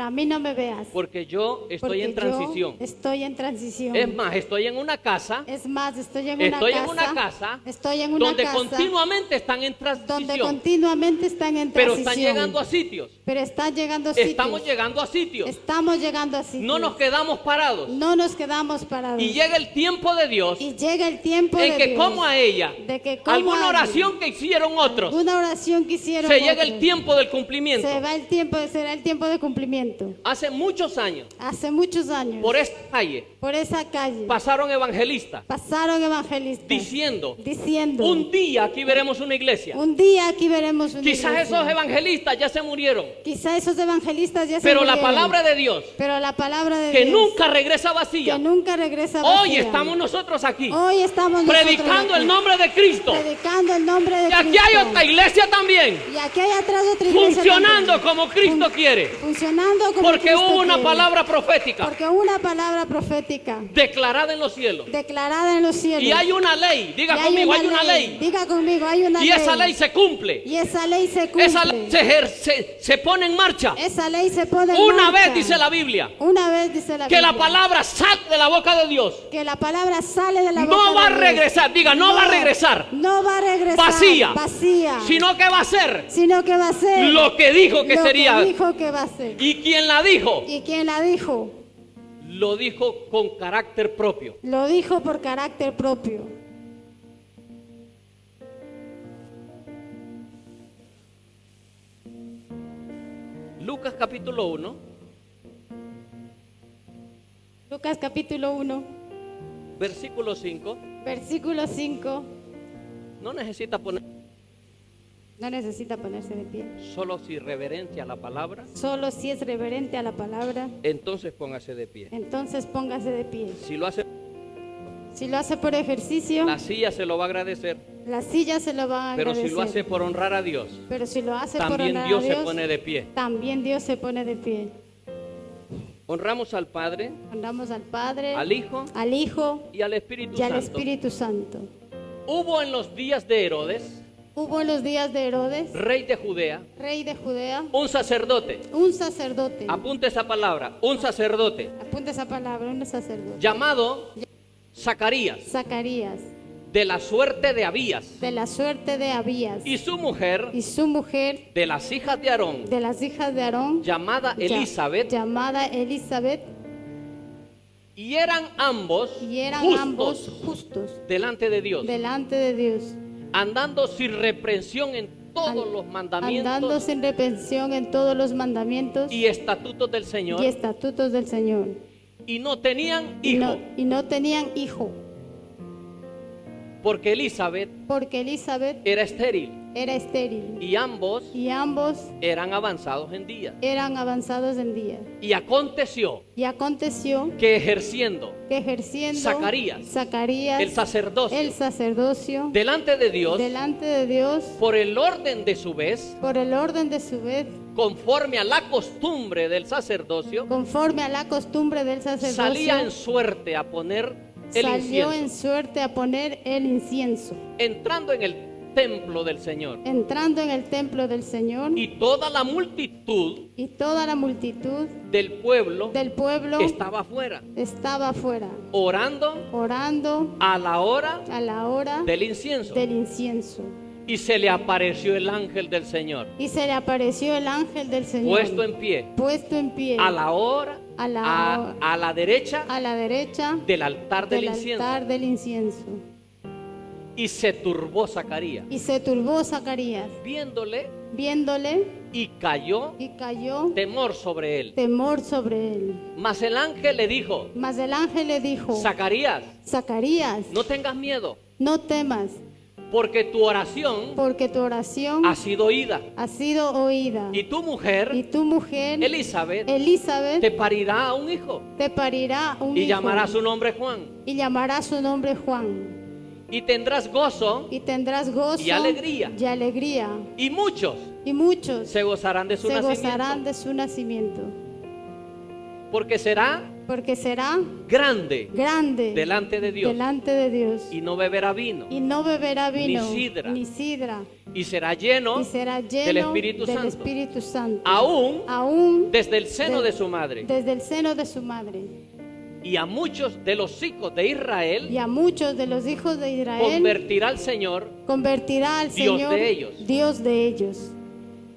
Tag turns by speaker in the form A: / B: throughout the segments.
A: a mí no me veas.
B: porque yo estoy
A: porque
B: en
A: yo
B: transición.
A: Estoy en transición.
B: Es más, estoy en una casa,
A: Es más, estoy en
B: estoy
A: una
B: en
A: casa.
B: una casa,
A: estoy en una
B: donde
A: casa
B: continuamente están en
A: donde
B: transición,
A: continuamente están en
B: pero
A: transición.
B: están llegando a sitios.
A: Pero están llegando a
B: Estamos
A: sitios.
B: llegando a sitios.
A: Estamos llegando a sitios.
B: No nos quedamos parados.
A: No nos quedamos parados.
B: Y llega el tiempo de Dios
A: Y llega el tiempo
B: en
A: de
B: que
A: Dios.
B: como a ella,
A: de que como
B: alguna
A: a ella,
B: oración que hicieron otros,
A: Una oración que hicieron.
B: se llega
A: otros.
B: el tiempo del cumplimiento.
A: Se va el tiempo, será el tiempo de cumplimiento.
B: Hace muchos años,
A: Hace muchos años,
B: por esta calle,
A: por esa calle,
B: pasaron evangelistas
A: pasaron evangelistas
B: diciendo,
A: diciendo,
B: un día aquí veremos una iglesia.
A: "Un día aquí veremos un
B: Quizás esos evangelistas ya se murieron,
A: Quizás esos evangelistas ya se
B: pero la
A: murieron,
B: palabra de Dios,
A: pero la palabra de
B: que
A: Dios,
B: nunca regresa
A: que
B: vacía,
A: nunca regresa
B: hoy
A: vacía.
B: estamos nosotros aquí,
A: Hoy estamos nosotros
B: predicando
A: aquí,
B: el nombre de Cristo.
A: predicando el nombre de
B: Y aquí
A: Cristo.
B: hay otra iglesia también,
A: Y aquí hay atrás otra iglesia
B: funcionando
A: también.
B: como Cristo
A: Fun-
B: quiere,
A: funcionando como
B: porque
A: Cristo
B: hubo una
A: quiere.
B: palabra profética
A: porque hubo una palabra profética
B: declarada en los cielos.
A: declarada en los cielos.
B: Y hay una ley, diga
A: Y
B: conmigo, hay una ley.
A: Diga conmigo, hay una
B: Y
A: ley.
B: esa ley se cumple.
A: Y esa ley se cumple.
B: Esa ley se, ejer- se- se pone en marcha.
A: Esa ley se pone en marcha.
B: Una vez dice la Biblia
A: Una vez dice la
B: que la
A: Biblia,
B: palabra sale de la boca de Dios.
A: que la palabra sale de la
B: No
A: boca
B: va
A: de
B: a
A: Dios.
B: regresar, diga, no va a regresar.
A: No va a regresar.
B: Vacía.
A: Vacía.
B: Sino que va a ser
A: Sino que va a ser
B: lo que dijo que
A: lo
B: sería.
A: dijo que va a ser.
B: Y quien la dijo,
A: ¿Y quién la dijo?
B: lo dijo con carácter propio.
A: Lo dijo por carácter propio.
B: Lucas capítulo 1,
A: Lucas capítulo 1,
B: versículo 5.
A: versículo 5.
B: No necesita poner
A: No necesita ponerse de pie.
B: solo si reverencia la palabra,
A: Solo si es reverente a la palabra,
B: entonces póngase de pie.
A: entonces póngase de pie.
B: Si lo hace,
A: Si lo hace por ejercicio,
B: la silla se lo va a agradecer.
A: la silla se lo va a
B: Pero
A: agradecer.
B: si lo hace por honrar a Dios,
A: Pero si lo hace por
B: también
A: honrar a
B: Dios se
A: Dios,
B: pone de pie.
A: también Dios se pone de pie.
B: Honramos al Padre,
A: Honramos al Padre,
B: al Hijo
A: al Hijo
B: y al Espíritu
A: y al
B: Santo.
A: Espíritu Santo.
B: Hubo en los días de Herodes,
A: Hubo en los días de Herodes,
B: rey de Judea,
A: rey de Judea,
B: un sacerdote.
A: un sacerdote.
B: Apunte esa palabra, un sacerdote
A: Apunta esa palabra, un sacerdote.
B: llamado Zacarías,
A: Zacarías,
B: de la suerte de Abías,
A: de la suerte de Abías,
B: y su mujer,
A: y su mujer,
B: de las hijas de Aarón,
A: de las hijas de Aarón,
B: llamada
A: ya-
B: Elizabeth,
A: llamada Elizabeth,
B: y eran ambos
A: y eran
B: justos
A: ambos justos
B: delante de Dios,
A: delante de Dios.
B: andando sin reprensión en todos
A: An-
B: los mandamientos
A: andando sin repensión en todos los mandamientos
B: y estatutos del Señor
A: y estatutos del Señor.
B: y no tenían
A: Y
B: hijo
A: no, y no tenían hijo,
B: porque Elizabeth
A: porque Elizabeth
B: era estéril
A: era estéril
B: y ambos
A: y ambos
B: eran avanzados en días.
A: eran avanzados en día.
B: Y aconteció
A: Y aconteció
B: que ejerciendo
A: que ejerciendo
B: Zacarías,
A: Zacarías,
B: el sacerdocio
A: el sacerdocio
B: delante de Dios
A: delante de Dios
B: por el orden de su vez,
A: por el orden de su vez,
B: conforme a la costumbre del sacerdocio,
A: conforme a la costumbre del
B: salía en
A: sacerdocio,
B: suerte a poner el
A: salió en
B: incienso,
A: suerte a poner el incienso,
B: entrando en el templo del Señor.
A: entrando en el templo del Señor.
B: Y toda la multitud
A: Y toda la multitud
B: del pueblo
A: del pueblo
B: estaba afuera,
A: estaba afuera,
B: orando
A: orando
B: a la hora
A: a la hora
B: del incienso.
A: del incienso.
B: Y se le apareció el ángel del Señor,
A: Y se le apareció el ángel del Señor,
B: puesto en pie,
A: puesto en pie
B: a la hora,
A: A la
B: a,
A: hora.
B: a la derecha
A: a la derecha
B: del altar del
A: del
B: incienso.
A: altar del incienso.
B: Y se turbó Zacarías,
A: Y se turbó Zacarías,
B: viéndole
A: viéndole,
B: y cayó
A: y cayó
B: temor sobre él.
A: temor sobre él.
B: Mas el ángel le dijo,
A: Mas el ángel le dijo,
B: Zacarías,
A: Zacarías,
B: no tengas miedo,
A: no temas,
B: porque tu oración
A: porque tu oración
B: ha sido oída.
A: ha sido oída.
B: Y tu
A: Y
B: mujer,
A: tu mujer,
B: Elizabeth,
A: Elizabeth,
B: te parirá a un hijo
A: te parirá un
B: y
A: hijo,
B: llamará su nombre Juan.
A: y llamará su nombre Juan
B: Y tendrás gozo
A: y tendrás gozo
B: Y alegría.
A: y alegría,
B: y muchos
A: y muchos
B: se gozarán de su
A: se gozarán
B: nacimiento,
A: de su nacimiento
B: porque será
A: porque será
B: grande
A: grande
B: delante de Dios
A: delante de Dios,
B: y no beberá vino.
A: y no beberá vino
B: Ni sidra.
A: ni sidra,
B: y será lleno
A: y será lleno
B: del Espíritu
A: del
B: Santo.
A: Espíritu Santo.
B: Aún
A: Aún
B: desde el seno de,
A: de-
B: su madre.
A: desde el seno de su madre.
B: y a muchos de los hijos de
A: Y
B: Israel
A: a muchos de los hijos de Israel
B: convertirá al Señor,
A: convertirá al
B: Dios
A: Señor
B: de ellos.
A: Dios de ellos.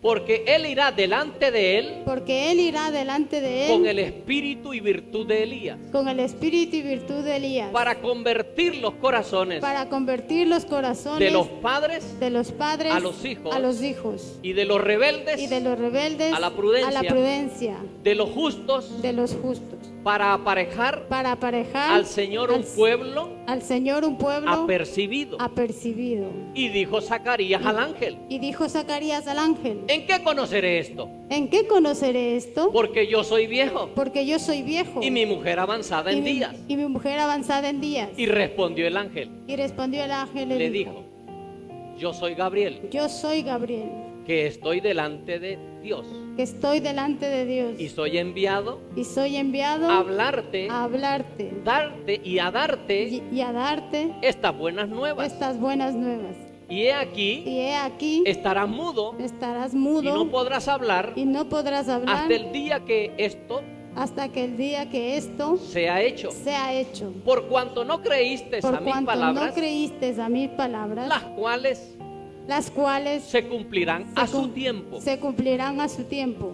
B: porque Él irá delante de Él
A: Porque Él irá delante de
B: con
A: él
B: el espíritu y virtud de Elías,
A: con el espíritu y virtud de Elías.
B: para convertir los corazones
A: para convertir los corazones
B: de los padres
A: de los padres
B: a los hijos
A: a los hijos
B: y de los rebeldes,
A: y de los rebeldes
B: a la prudencia.
A: a la prudencia
B: de los justos,
A: de los justos
B: para aparejar
A: para aparejar
B: al Señor
A: al-
B: un pueblo
A: al Señor un pueblo
B: apercibido.
A: apercibido.
B: Y dijo Zacarías al ángel,
A: Y dijo Zacarías al ángel,
B: ¿en qué conoceré esto?
A: ¿en qué conoceré esto?
B: Porque yo soy viejo
A: Porque yo soy viejo
B: y mi mujer avanzada
A: y
B: en
A: mi-
B: días.
A: y mi mujer avanzada en días.
B: Y respondió el ángel,
A: Y respondió el ángel y
B: le dijo, yo soy Gabriel,
A: yo soy Gabriel,
B: que estoy delante de Dios
A: que estoy delante de Dios
B: y soy enviado
A: y soy enviado
B: a hablarte,
A: a hablarte
B: darte y a
A: y,
B: darte
A: y a darte
B: estas buenas nuevas.
A: estas buenas nuevas.
B: Y he
A: Pues, Y
B: aquí,
A: he aquí,
B: estarás mudo
A: estarás
B: y no
A: mudo
B: podrás hablar
A: y no podrás hablar
B: hasta el día que esto
A: hasta que el día que esto
B: sea hecho.
A: sea hecho.
B: Por cuanto no creíste a
A: Por
B: mis
A: cuanto no
B: palabras,
A: creíste a mis palabras,
B: las cuales
A: las cuales
B: se cumplirán a su
A: cum-
B: tiempo.
A: se cumplirán a su tiempo.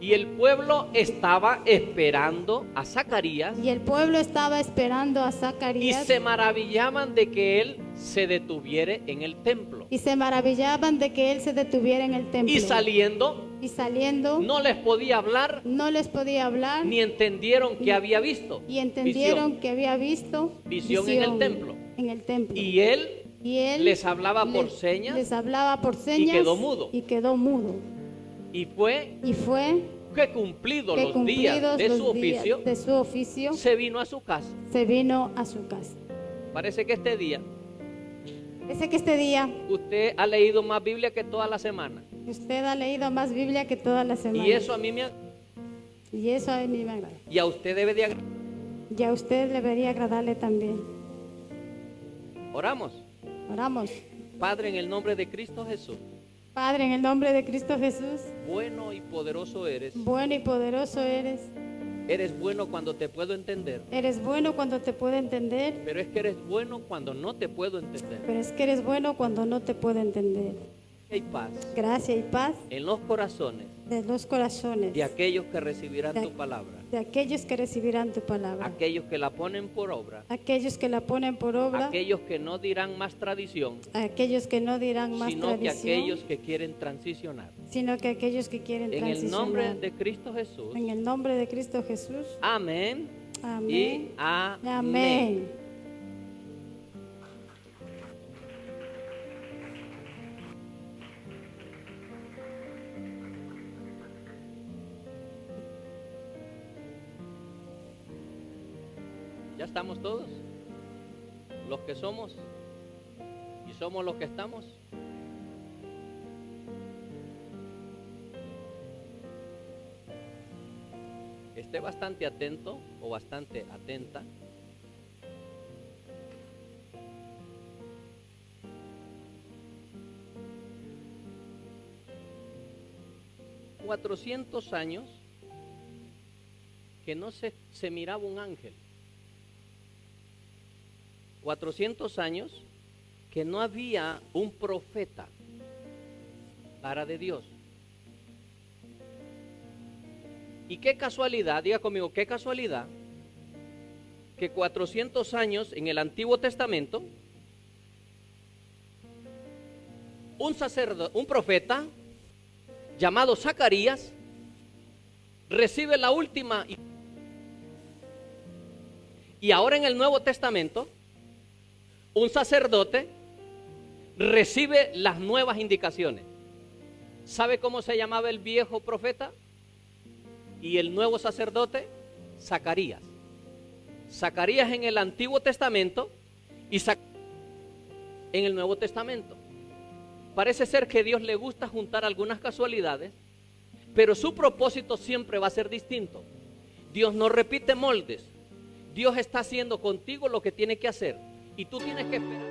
B: Y el pueblo estaba esperando a Zacarías
A: Y el pueblo estaba esperando a
B: y
A: Zacarías
B: se maravillaban de que él se detuviere en el templo.
A: y se maravillaban de que él se detuviera en el templo.
B: Y saliendo,
A: Y saliendo no,
B: no les podía hablar,
A: les podía hablar
B: ni entendieron que había visto.
A: y entendieron
B: visión.
A: que había visto
B: Visión en el templo.
A: en el templo.
B: Y él
A: Y él
B: les hablaba por
A: les-
B: señas
A: les hablaba por señas
B: quedó mudo.
A: y quedó mudo.
B: y fue
A: Y fue
B: que cumplido
A: que
B: los días
A: cumplidos
B: de
A: los
B: su
A: días
B: oficio,
A: de su oficio
B: se vino a su casa.
A: se vino a su casa.
B: Parece que este día
A: Sé que este día
B: usted ha leído más Biblia que toda la semana.
A: usted ha leído más Biblia que toda la semana.
B: Y eso a mí me ag-
A: Y eso a mí me agrada.
B: y a usted debe de agradar.
A: Y a usted debería agradarle también.
B: Oramos.
A: Oramos.
B: Padre, en el nombre de Cristo Jesús,
A: Padre, en el nombre de Cristo Jesús,
B: bueno y poderoso eres.
A: bueno y poderoso eres.
B: Eres bueno cuando te puedo entender,
A: Eres bueno cuando te puedo entender,
B: pero es que eres bueno cuando no te puedo entender.
A: pero es que eres bueno cuando no te puedo entender.
B: Hay paz
A: Gracia y paz
B: en los corazones
A: de los corazones
B: de aquellos que recibirán
A: De-
B: tu palabra,
A: de aquellos que recibirán tu palabra,
B: aquellos que la ponen por obra,
A: aquellos que la ponen por obra,
B: aquellos que no dirán más tradición,
A: aquellos que no dirán más
B: sino que
A: tradición,
B: aquellos que quieren transicionar.
A: sino que aquellos que quieren
B: En el nombre
A: transicionar.
B: de Cristo Jesús.
A: En el nombre de Cristo Jesús.
B: Amén.
A: Amén.
B: Y amén.
A: Amén.
B: Ya estamos todos. Los que somos y somos los que estamos. Esté bastante atento o bastante atenta. Cuatrocientos años que no se, se miraba un ángel. 400 años que no había un profeta para de Dios. Y qué casualidad, diga conmigo, qué casualidad que 400 años en el Antiguo Testamento un sacerdote, un profeta llamado Zacarías recibe la última y- y ahora en el Nuevo Testamento un sacerdote recibe las nuevas indicaciones. ¿Sabe cómo se llamaba el viejo profeta? Y el nuevo sacerdote, Zacarías. Zacarías en el Antiguo Testamento y Zac- en el Nuevo Testamento. Parece ser que Dios le gusta juntar algunas casualidades, pero su propósito siempre va a ser distinto. Dios no repite moldes. Dios está haciendo contigo lo que tiene que hacer y tú tienes que esperar.